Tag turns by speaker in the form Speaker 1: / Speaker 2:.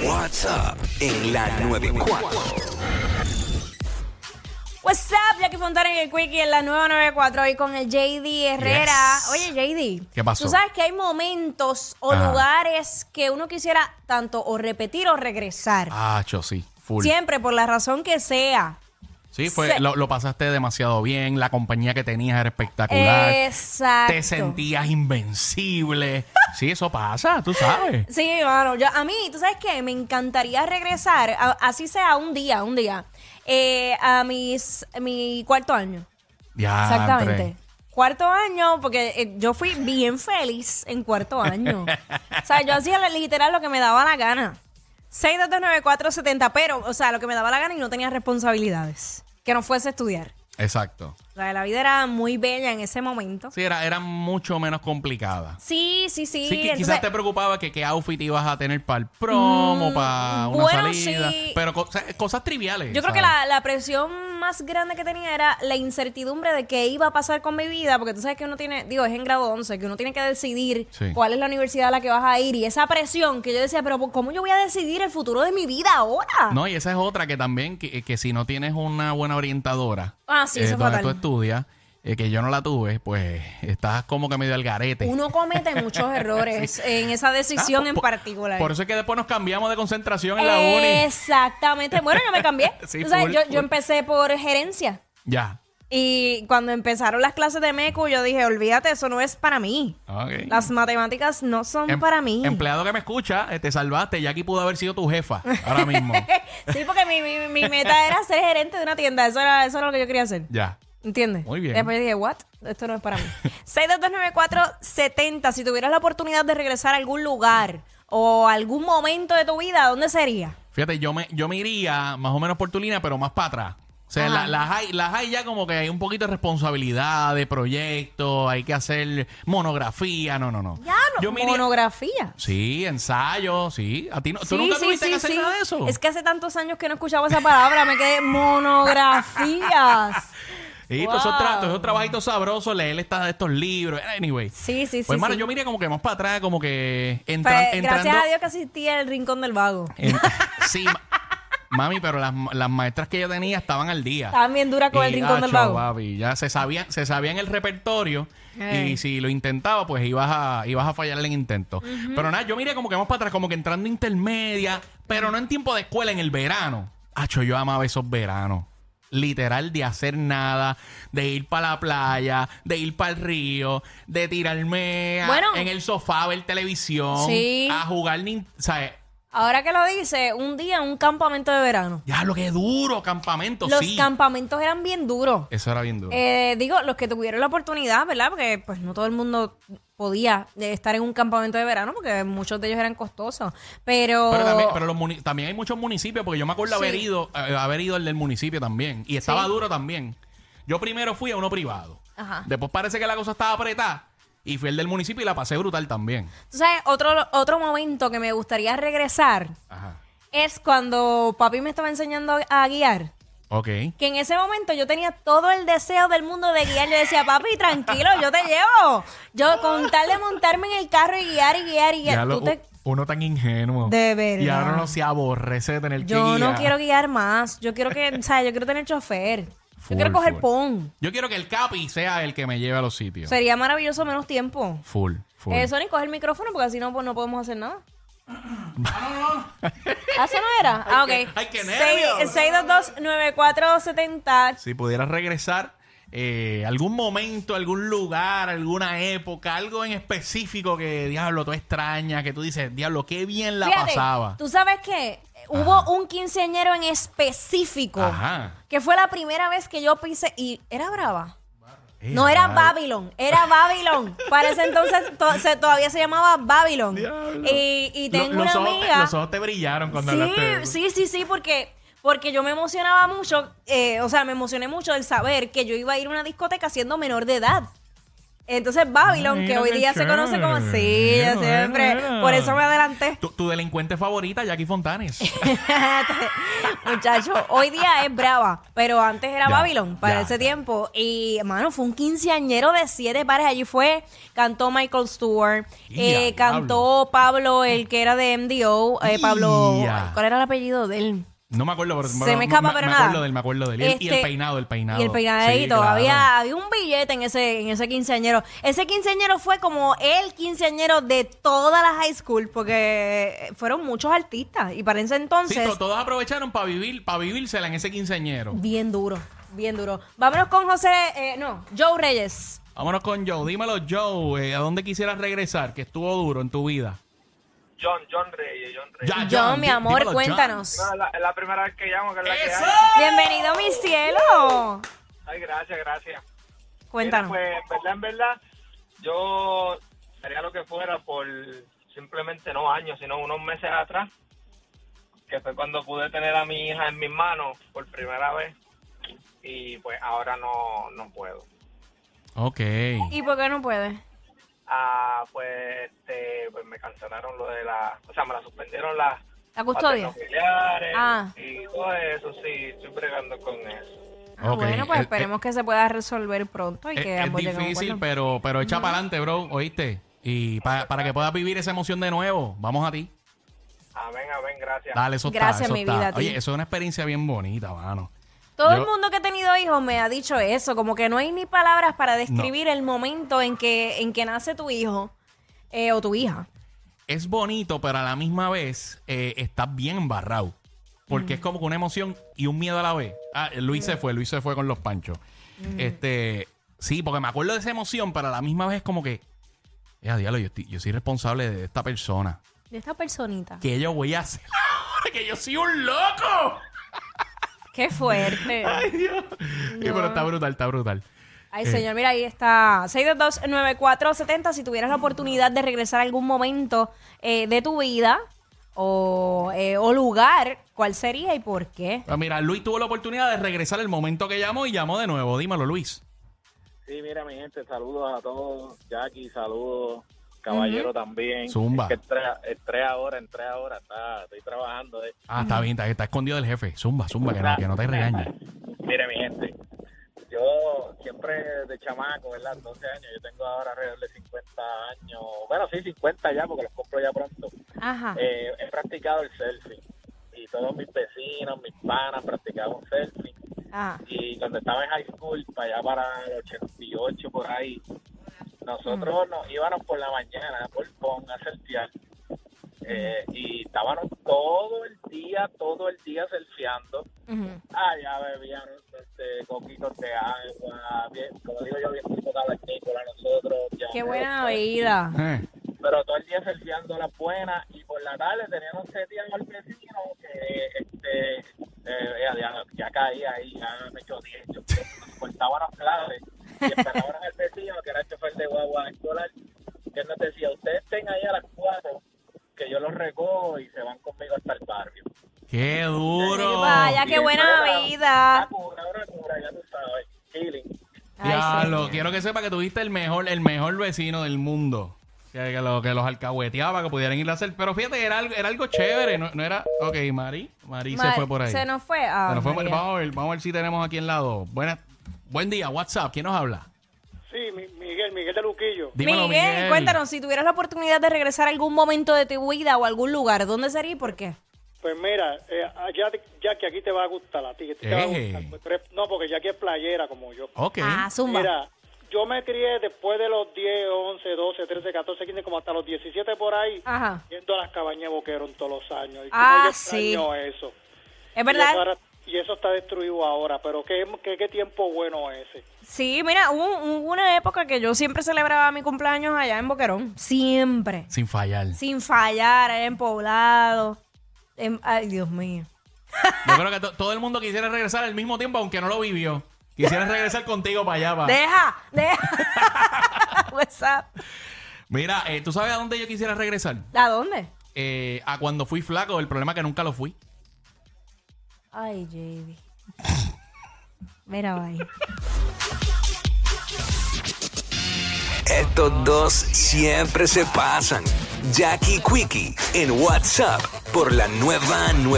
Speaker 1: WhatsApp en la 94.
Speaker 2: What's up, Jackie Fontana en el Quickie en la 994 y con el JD Herrera.
Speaker 3: Yes.
Speaker 2: Oye, JD.
Speaker 3: ¿Qué pasó?
Speaker 2: Tú sabes que hay momentos o
Speaker 3: Ajá.
Speaker 2: lugares que uno quisiera tanto o repetir o regresar.
Speaker 3: Ah, cho, sí, full.
Speaker 2: Siempre, por la razón que sea.
Speaker 3: Sí, fue,
Speaker 2: Se-
Speaker 3: lo, lo pasaste demasiado bien, la compañía que tenías era espectacular.
Speaker 2: Exacto.
Speaker 3: Te sentías invencible. sí, eso pasa, tú sabes.
Speaker 2: Sí, hermano. yo- a mí, tú sabes qué, me encantaría regresar, a- así sea un día, un día, eh, a mis, mi cuarto año.
Speaker 3: Diantre.
Speaker 2: Exactamente. Cuarto año, porque eh, yo fui bien feliz en cuarto año. o sea, yo hacía literal lo que me daba la gana. 6229470, pero, o sea, lo que me daba la gana y no tenía responsabilidades. Que no fuese a estudiar.
Speaker 3: Exacto.
Speaker 2: O sea, la vida era muy bella en ese momento.
Speaker 3: Sí, era, era mucho menos complicada.
Speaker 2: Sí, sí, sí.
Speaker 3: Sí, que
Speaker 2: entonces-
Speaker 3: quizás te preocupaba que qué outfit ibas a tener para el promo, para una
Speaker 2: Mm, bueno,
Speaker 3: salida.
Speaker 2: sí.
Speaker 3: Pero cosas, cosas triviales.
Speaker 2: Yo creo
Speaker 3: ¿sabes?
Speaker 2: que la, la presión más grande que tenía era la incertidumbre de qué iba a pasar con mi vida, porque tú sabes que uno tiene, digo, es en grado 11, que uno tiene que decidir
Speaker 3: Sí.
Speaker 2: cuál es la universidad a la que vas a ir y esa presión que yo decía, pero ¿cómo yo voy a decidir el futuro de mi vida ahora?
Speaker 3: No, y esa es otra que también, que, que si no tienes una buena orientadora,
Speaker 2: Ah, sí,
Speaker 3: eh,
Speaker 2: eso es
Speaker 3: donde
Speaker 2: fatal.
Speaker 3: tú estudias, eh, que yo no la tuve, pues estás como que medio al garete.
Speaker 2: Uno comete muchos errores en esa decisión en particular.
Speaker 3: Ah, Por eso es que después nos cambiamos de concentración en la uni.
Speaker 2: Exactamente. Bueno, yo me cambié.
Speaker 3: Sí,
Speaker 2: Tú sabes,
Speaker 3: full,
Speaker 2: yo,
Speaker 3: full.
Speaker 2: yo empecé por gerencia.
Speaker 3: Ya.
Speaker 2: Y cuando empezaron las clases de MECU, yo dije, olvídate, eso no es para mí.
Speaker 3: Ok.
Speaker 2: Las matemáticas no son
Speaker 3: Em-
Speaker 2: para mí.
Speaker 3: Empleado que me escucha, eh, te salvaste. Jackie pudo haber sido tu jefa ahora mismo.
Speaker 2: Sí, porque mi, mi- mi meta era ser gerente de una tienda. Eso era, eso era lo que yo quería hacer.
Speaker 3: ya.
Speaker 2: ¿Entiendes?
Speaker 3: Muy bien.
Speaker 2: Después dije, ¿what? Esto no es para mí. 6229470. Si tuvieras la oportunidad de regresar a algún lugar o algún momento de tu vida, ¿dónde sería?
Speaker 3: Fíjate, yo me, yo me iría más o menos por tu línea, pero más para atrás. O sea,
Speaker 2: Ajá.
Speaker 3: la- las hay, las hay ya como que hay un poquito de responsabilidad, de proyecto, hay que hacer monografía, no, no, no.
Speaker 2: Ya, no.
Speaker 3: Yo me iría-
Speaker 2: monografía.
Speaker 3: Sí, ensayo, sí. A ti no,
Speaker 2: Sí,
Speaker 3: ¿Tú nunca
Speaker 2: sí,
Speaker 3: tuviste
Speaker 2: sí,
Speaker 3: que hacer
Speaker 2: sí.
Speaker 3: nada de eso?
Speaker 2: Es que hace tantos años que no escuchaba esa palabra, me quedé monografías.
Speaker 3: Sí, todos esos,
Speaker 2: Wow.
Speaker 3: tra- todos esos trabajitos sabrosos, leer esta- estos libros. Anyway.
Speaker 2: Sí, sí, sí.
Speaker 3: pues, hermano,
Speaker 2: sí.
Speaker 3: yo miré como que más para atrás, como que entran-
Speaker 2: Pues,
Speaker 3: entrando.
Speaker 2: Gracias a Dios que asistí al Rincón del Vago.
Speaker 3: en- sí, ma- mami, pero las, las maestras que yo tenía estaban al día.
Speaker 2: Estaban bien duras con el
Speaker 3: Y,
Speaker 2: Rincón del
Speaker 3: acho,
Speaker 2: Vago.
Speaker 3: papi, ya se sabían, se sabían el repertorio
Speaker 2: Eh.
Speaker 3: y si lo intentaba, pues ibas a, ibas a fallar en el intento. Pero nada, yo miré como que vamos para atrás, como que entrando intermedia, pero no en tiempo de escuela, en el verano. Acho, yo amaba esos veranos. Literal de hacer nada, de ir para la playa, de ir para el río, de tirarme a-
Speaker 2: Bueno.
Speaker 3: en el sofá a ver televisión,
Speaker 2: Sí.
Speaker 3: a jugar, nin- ¿sabes?
Speaker 2: Ahora que lo dice, un día un campamento de verano.
Speaker 3: Ya lo que duro, campamento,
Speaker 2: Los
Speaker 3: sí.
Speaker 2: campamentos eran bien duros.
Speaker 3: Eso era bien duro.
Speaker 2: Eh, digo, los que tuvieron la oportunidad, ¿verdad? Porque pues no todo el mundo podía eh, estar en un campamento de verano porque muchos de ellos eran costosos. Pero,
Speaker 3: Pero, también, pero los muni- también hay muchos municipios, porque yo me acuerdo
Speaker 2: oh. Sí.
Speaker 3: haber ido, eh, haber ido al del municipio también. Y estaba
Speaker 2: Sí.
Speaker 3: duro también. Yo primero fui a uno privado.
Speaker 2: Ajá.
Speaker 3: Después parece que la cosa estaba apretada. Y fui al del municipio y la pasé brutal también.
Speaker 2: tú sabes, otro, otro momento que me gustaría regresar
Speaker 3: Ajá.
Speaker 2: es cuando papi me estaba enseñando a guiar.
Speaker 3: Ok.
Speaker 2: que en ese momento yo tenía todo el deseo del mundo de guiar. Yo decía, papi, tranquilo, yo te llevo. Yo con tal de montarme en el carro y guiar y guiar y guiar.
Speaker 3: Ya lo-
Speaker 2: tú te-
Speaker 3: Uno tan ingenuo.
Speaker 2: De verdad.
Speaker 3: Y ahora uno se aborrece de tener que
Speaker 2: Yo no
Speaker 3: guiar.
Speaker 2: quiero guiar más. Yo quiero que, o sea, yo quiero tener chofer. yo
Speaker 3: Full,
Speaker 2: quiero coger
Speaker 3: full.
Speaker 2: pon.
Speaker 3: Yo quiero que el capi sea el que me lleve a los sitios.
Speaker 2: Sería maravilloso menos tiempo.
Speaker 3: Full, full.
Speaker 2: Eh, Sony, coge el micrófono porque así no, pues, no podemos hacer nada. Ah, ¿Eso no era? Ah, ok.
Speaker 3: Ay, qué- ay, qué nervios.
Speaker 2: 622-9470.
Speaker 3: Si pudieras regresar eh, algún momento, algún lugar, alguna época, algo en específico que, diablo, tú extrañas, que tú dices, diablo, qué bien la
Speaker 2: Fíjate,
Speaker 3: pasaba.
Speaker 2: Tú sabes que hubo un quinceañero en específico
Speaker 3: Ajá.
Speaker 2: que fue la primera vez que yo pisé y era brava.
Speaker 3: Eh,
Speaker 2: no era
Speaker 3: ay.
Speaker 2: Babylon, era Babylon. Para ese entonces to- se- todavía se llamaba Babylon.
Speaker 3: Diablo.
Speaker 2: Y, eh, y
Speaker 3: Lo-
Speaker 2: tengo
Speaker 3: los
Speaker 2: una
Speaker 3: ojos te-
Speaker 2: amiga.
Speaker 3: los ojos te brillaron cuando hablaste. de
Speaker 2: Sí,
Speaker 3: eso.
Speaker 2: sí, sí, sí, porque, porque yo me emocionaba mucho, eh, o sea, me emocioné mucho el saber que yo iba a ir a una discoteca siendo menor de edad. Entonces Babylon,
Speaker 3: Mira
Speaker 2: que hoy
Speaker 3: qué
Speaker 2: día se conoce como
Speaker 3: chévere.
Speaker 2: sí, ya
Speaker 3: Mira,
Speaker 2: siempre.
Speaker 3: mira.
Speaker 2: Por eso me adelanté.
Speaker 3: Tu, tu delincuente favorita, Jackie Fontanes.
Speaker 2: Muchacho, hoy día es brava, pero antes era
Speaker 3: Ya,
Speaker 2: Babylon para
Speaker 3: ya,
Speaker 2: ese
Speaker 3: ya.
Speaker 2: tiempo. Y, mano, fue un quinceañero de siete pares. Allí fue, cantó Michael Stewart,
Speaker 3: Ya,
Speaker 2: eh,
Speaker 3: diablo.
Speaker 2: cantó Pablo, el que era de MDO, eh, Pablo,
Speaker 3: Ya.
Speaker 2: ¿cuál era el apellido de él?
Speaker 3: No me acuerdo, pero
Speaker 2: Se me escapa, pero
Speaker 3: me
Speaker 2: nada.
Speaker 3: acuerdo del, me acuerdo del. Y el- Y el
Speaker 2: Este,
Speaker 3: peinado, el peinado.
Speaker 2: Y el
Speaker 3: Sí,
Speaker 2: peinadito.
Speaker 3: claro.
Speaker 2: había, había un billete en ese, en ese quinceañero. Ese quinceañero fue como el quinceañero de todas las high school, porque fueron muchos artistas. Y para ese
Speaker 3: Sí,
Speaker 2: entonces,
Speaker 3: to- todos aprovecharon para vivir, para vivírsela en ese quinceañero.
Speaker 2: bien duro, bien duro. Vámonos con José, eh, no, Joe Reyes.
Speaker 3: Vámonos con Joe. Dímelo, Joe, eh, ¿a dónde quisieras regresar? Que estuvo duro en tu vida.
Speaker 4: John, John Reyes, John Reyes.
Speaker 3: Ya,
Speaker 2: John,
Speaker 3: John,
Speaker 2: mi
Speaker 3: di-
Speaker 2: amor,
Speaker 3: dímelo, John.
Speaker 2: cuéntanos.
Speaker 4: No, es la, es la primera vez que llamo, que es la que
Speaker 3: ¡Eso!
Speaker 4: hay.
Speaker 2: Bienvenido, mi cielo.
Speaker 4: Ay, gracias, gracias. Mira,
Speaker 2: Cuéntanos.
Speaker 4: pues, en verdad, en verdad, yo haría lo que fuera por simplemente no años, sino unos meses atrás, que fue cuando pude tener a mi hija en mis manos por primera vez. Y pues ahora no, no puedo.
Speaker 3: Ok.
Speaker 2: ¿Y por qué no puedes?
Speaker 4: Ah, pues, este, pues me cancelaron lo de la. O sea, me la suspendieron las.
Speaker 2: ¿La custodia?
Speaker 4: paternofiliares
Speaker 2: Ah.
Speaker 4: Y todo eso, sí, estoy bregando con eso.
Speaker 2: Ah,
Speaker 3: Ok,
Speaker 2: Bueno, pues
Speaker 3: eh,
Speaker 2: esperemos que se pueda resolver pronto y
Speaker 3: Es,
Speaker 2: que
Speaker 3: es
Speaker 2: ambos lleguen a un
Speaker 3: difícil,
Speaker 2: acuerdo.
Speaker 3: pero, pero echa para adelante, bro, ¿oíste? Y pa- para que puedas vivir esa emoción de nuevo, vamos a ti.
Speaker 4: Amén, amén, gracias.
Speaker 3: Dale, eso
Speaker 2: Gracias,
Speaker 3: está, eso
Speaker 2: mi
Speaker 3: está.
Speaker 2: vida, a ti.
Speaker 3: Oye, eso es una experiencia bien bonita, mano.
Speaker 2: Todo
Speaker 3: Yo-
Speaker 2: el mundo que ha tenido hijos me ha dicho eso, como que no hay ni palabras para describir el momento en que, en que nace tu hijo eh, o tu hija.
Speaker 3: es bonito, pero a la misma vez eh, estás bien embarrado. Porque es como que una emoción y un miedo a la vez. Ah, Luis se fue, Luis se fue con los panchos. Este, sí, porque me acuerdo de esa emoción, pero a la misma vez es como que, ya diablo, yo, estoy- yo soy responsable de esta persona.
Speaker 2: De esta personita.
Speaker 3: Que yo voy a hacer ahora? que yo soy un loco.
Speaker 2: Qué fuerte.
Speaker 3: Ay, Dios. Sí, pero está brutal, está brutal.
Speaker 2: Ay,
Speaker 3: Eh.
Speaker 2: señor, mira, ahí está. 622-9470. Si tuvieras la oportunidad de regresar a algún momento eh, de tu vida o, eh, o lugar, ¿cuál sería y por qué?
Speaker 3: Pero Pues mira, Luis tuvo la oportunidad de regresar el momento que llamó y llamó de nuevo. Dímelo, Luis.
Speaker 5: Sí, mira, mi gente, saludos a todos. Jackie, saludos. Caballero también.
Speaker 3: Zumba.
Speaker 5: Es que entré, entré ahora, entré ahora. Está, estoy trabajando. eh.
Speaker 3: Ah, está bien, está, está escondido del jefe. Zumba, zumba, que no, que no te regañes.
Speaker 5: Mire, mi gente, yo siempre de chamaco, ¿verdad? 12 años. Yo tengo ahora alrededor de 50 años. Bueno, sí, 50 ya, porque los compro ya pronto.
Speaker 2: Ajá.
Speaker 5: Eh, he practicado el selfie. Y todos mis vecinos, mis panas practicaban selfie.
Speaker 2: Ajá.
Speaker 5: y cuando estaba en high school, para allá para el 88 por ahí, nosotros
Speaker 2: Mm.
Speaker 5: nos íbamos por la mañana por Pon a surfear eh, y estábamos todo el día, todo el día surfeando.
Speaker 2: Ujú.
Speaker 5: Allá bebían este, coquitos de agua, bien, como digo yo, bien tipo cavernícola nosotros. ya,
Speaker 2: Qué buena
Speaker 5: este,
Speaker 2: vida.
Speaker 3: Eh.
Speaker 5: pero todo el día surfeando las buenas y por la tarde teníamos seteado al vecino que este eh, ya, ya- ya caía ahí, ya me echó 10, yo- nos cortaban las claves y esperaban al vecino que era el chofer de guagua escolar que nos decía, ustedes estén ahí a las 4 que yo los recojo y se van conmigo hasta el barrio.
Speaker 3: ¡Qué duro!
Speaker 2: Vaya, Ah, qué
Speaker 5: Y
Speaker 2: buena
Speaker 5: era
Speaker 2: vida.
Speaker 5: Una cura, una cura, ya tú sabes, healing.
Speaker 2: Ay,
Speaker 3: Diablo,
Speaker 2: señor.
Speaker 3: quiero que sepa que tuviste el mejor, el mejor vecino del mundo. Que, que lo- que los alcahueteaba, que pudieran ir a hacer. Pero fíjate, era algo, era algo chévere. No, no era. Ok, Mari. Mari se
Speaker 2: Mar-
Speaker 3: fue por ahí.
Speaker 2: Se nos fue. Ah,
Speaker 3: Se nos fue.
Speaker 2: María.
Speaker 3: Vamos a ver, vamos a ver si tenemos aquí en lado. Buenas, buen día, WhatsApp. ¿Quién nos habla?
Speaker 5: Sí, Miguel, Miguel de Luquillo.
Speaker 3: Dímelo,
Speaker 2: Miguel, cuéntanos, si tuvieras la oportunidad de regresar a algún momento de tu vida o a algún lugar, ¿dónde sería y por qué?
Speaker 5: Pues mira, eh, ya que aquí te va a gustar a ti.
Speaker 3: te va a Eje. gustar, pues
Speaker 5: no, porque ya que es playera como yo.
Speaker 3: Ok.
Speaker 2: Ah, zumba.
Speaker 5: Mira, yo me crié después de los 10, 11, 12, 13, 14, 15, como hasta los 17 por ahí,
Speaker 2: Ajá.
Speaker 5: yendo a las cabañas de Boquerón todos los años. Y
Speaker 2: Ah,
Speaker 5: cómo yo
Speaker 2: sí.
Speaker 5: extraño eso.
Speaker 2: ¿Es
Speaker 5: Y eso,
Speaker 2: verdad?
Speaker 5: ahora- y eso está destruido ahora, pero qué, qué, qué tiempo bueno ese.
Speaker 2: Sí, mira, hubo, hubo una época que yo siempre celebraba mi cumpleaños allá en Boquerón. Siempre.
Speaker 3: Sin fallar.
Speaker 2: Sin fallar, allá en Poblado. En- ay, Dios mío.
Speaker 3: Yo creo que to- todo el mundo quisiera regresar al mismo tiempo, aunque no lo vivió. Quisiera regresar contigo para allá. pa-
Speaker 2: Deja, deja. WhatsApp.
Speaker 3: Mira, eh, ¿tú sabes a dónde yo quisiera regresar?
Speaker 2: ¿A dónde?
Speaker 3: Eh, a cuando fui flaco. El problema es que nunca lo fui.
Speaker 2: Ay, JD. Mira, bye.
Speaker 1: Estos dos siempre se pasan. Jackie Quickie en WhatsApp por la nueva 9.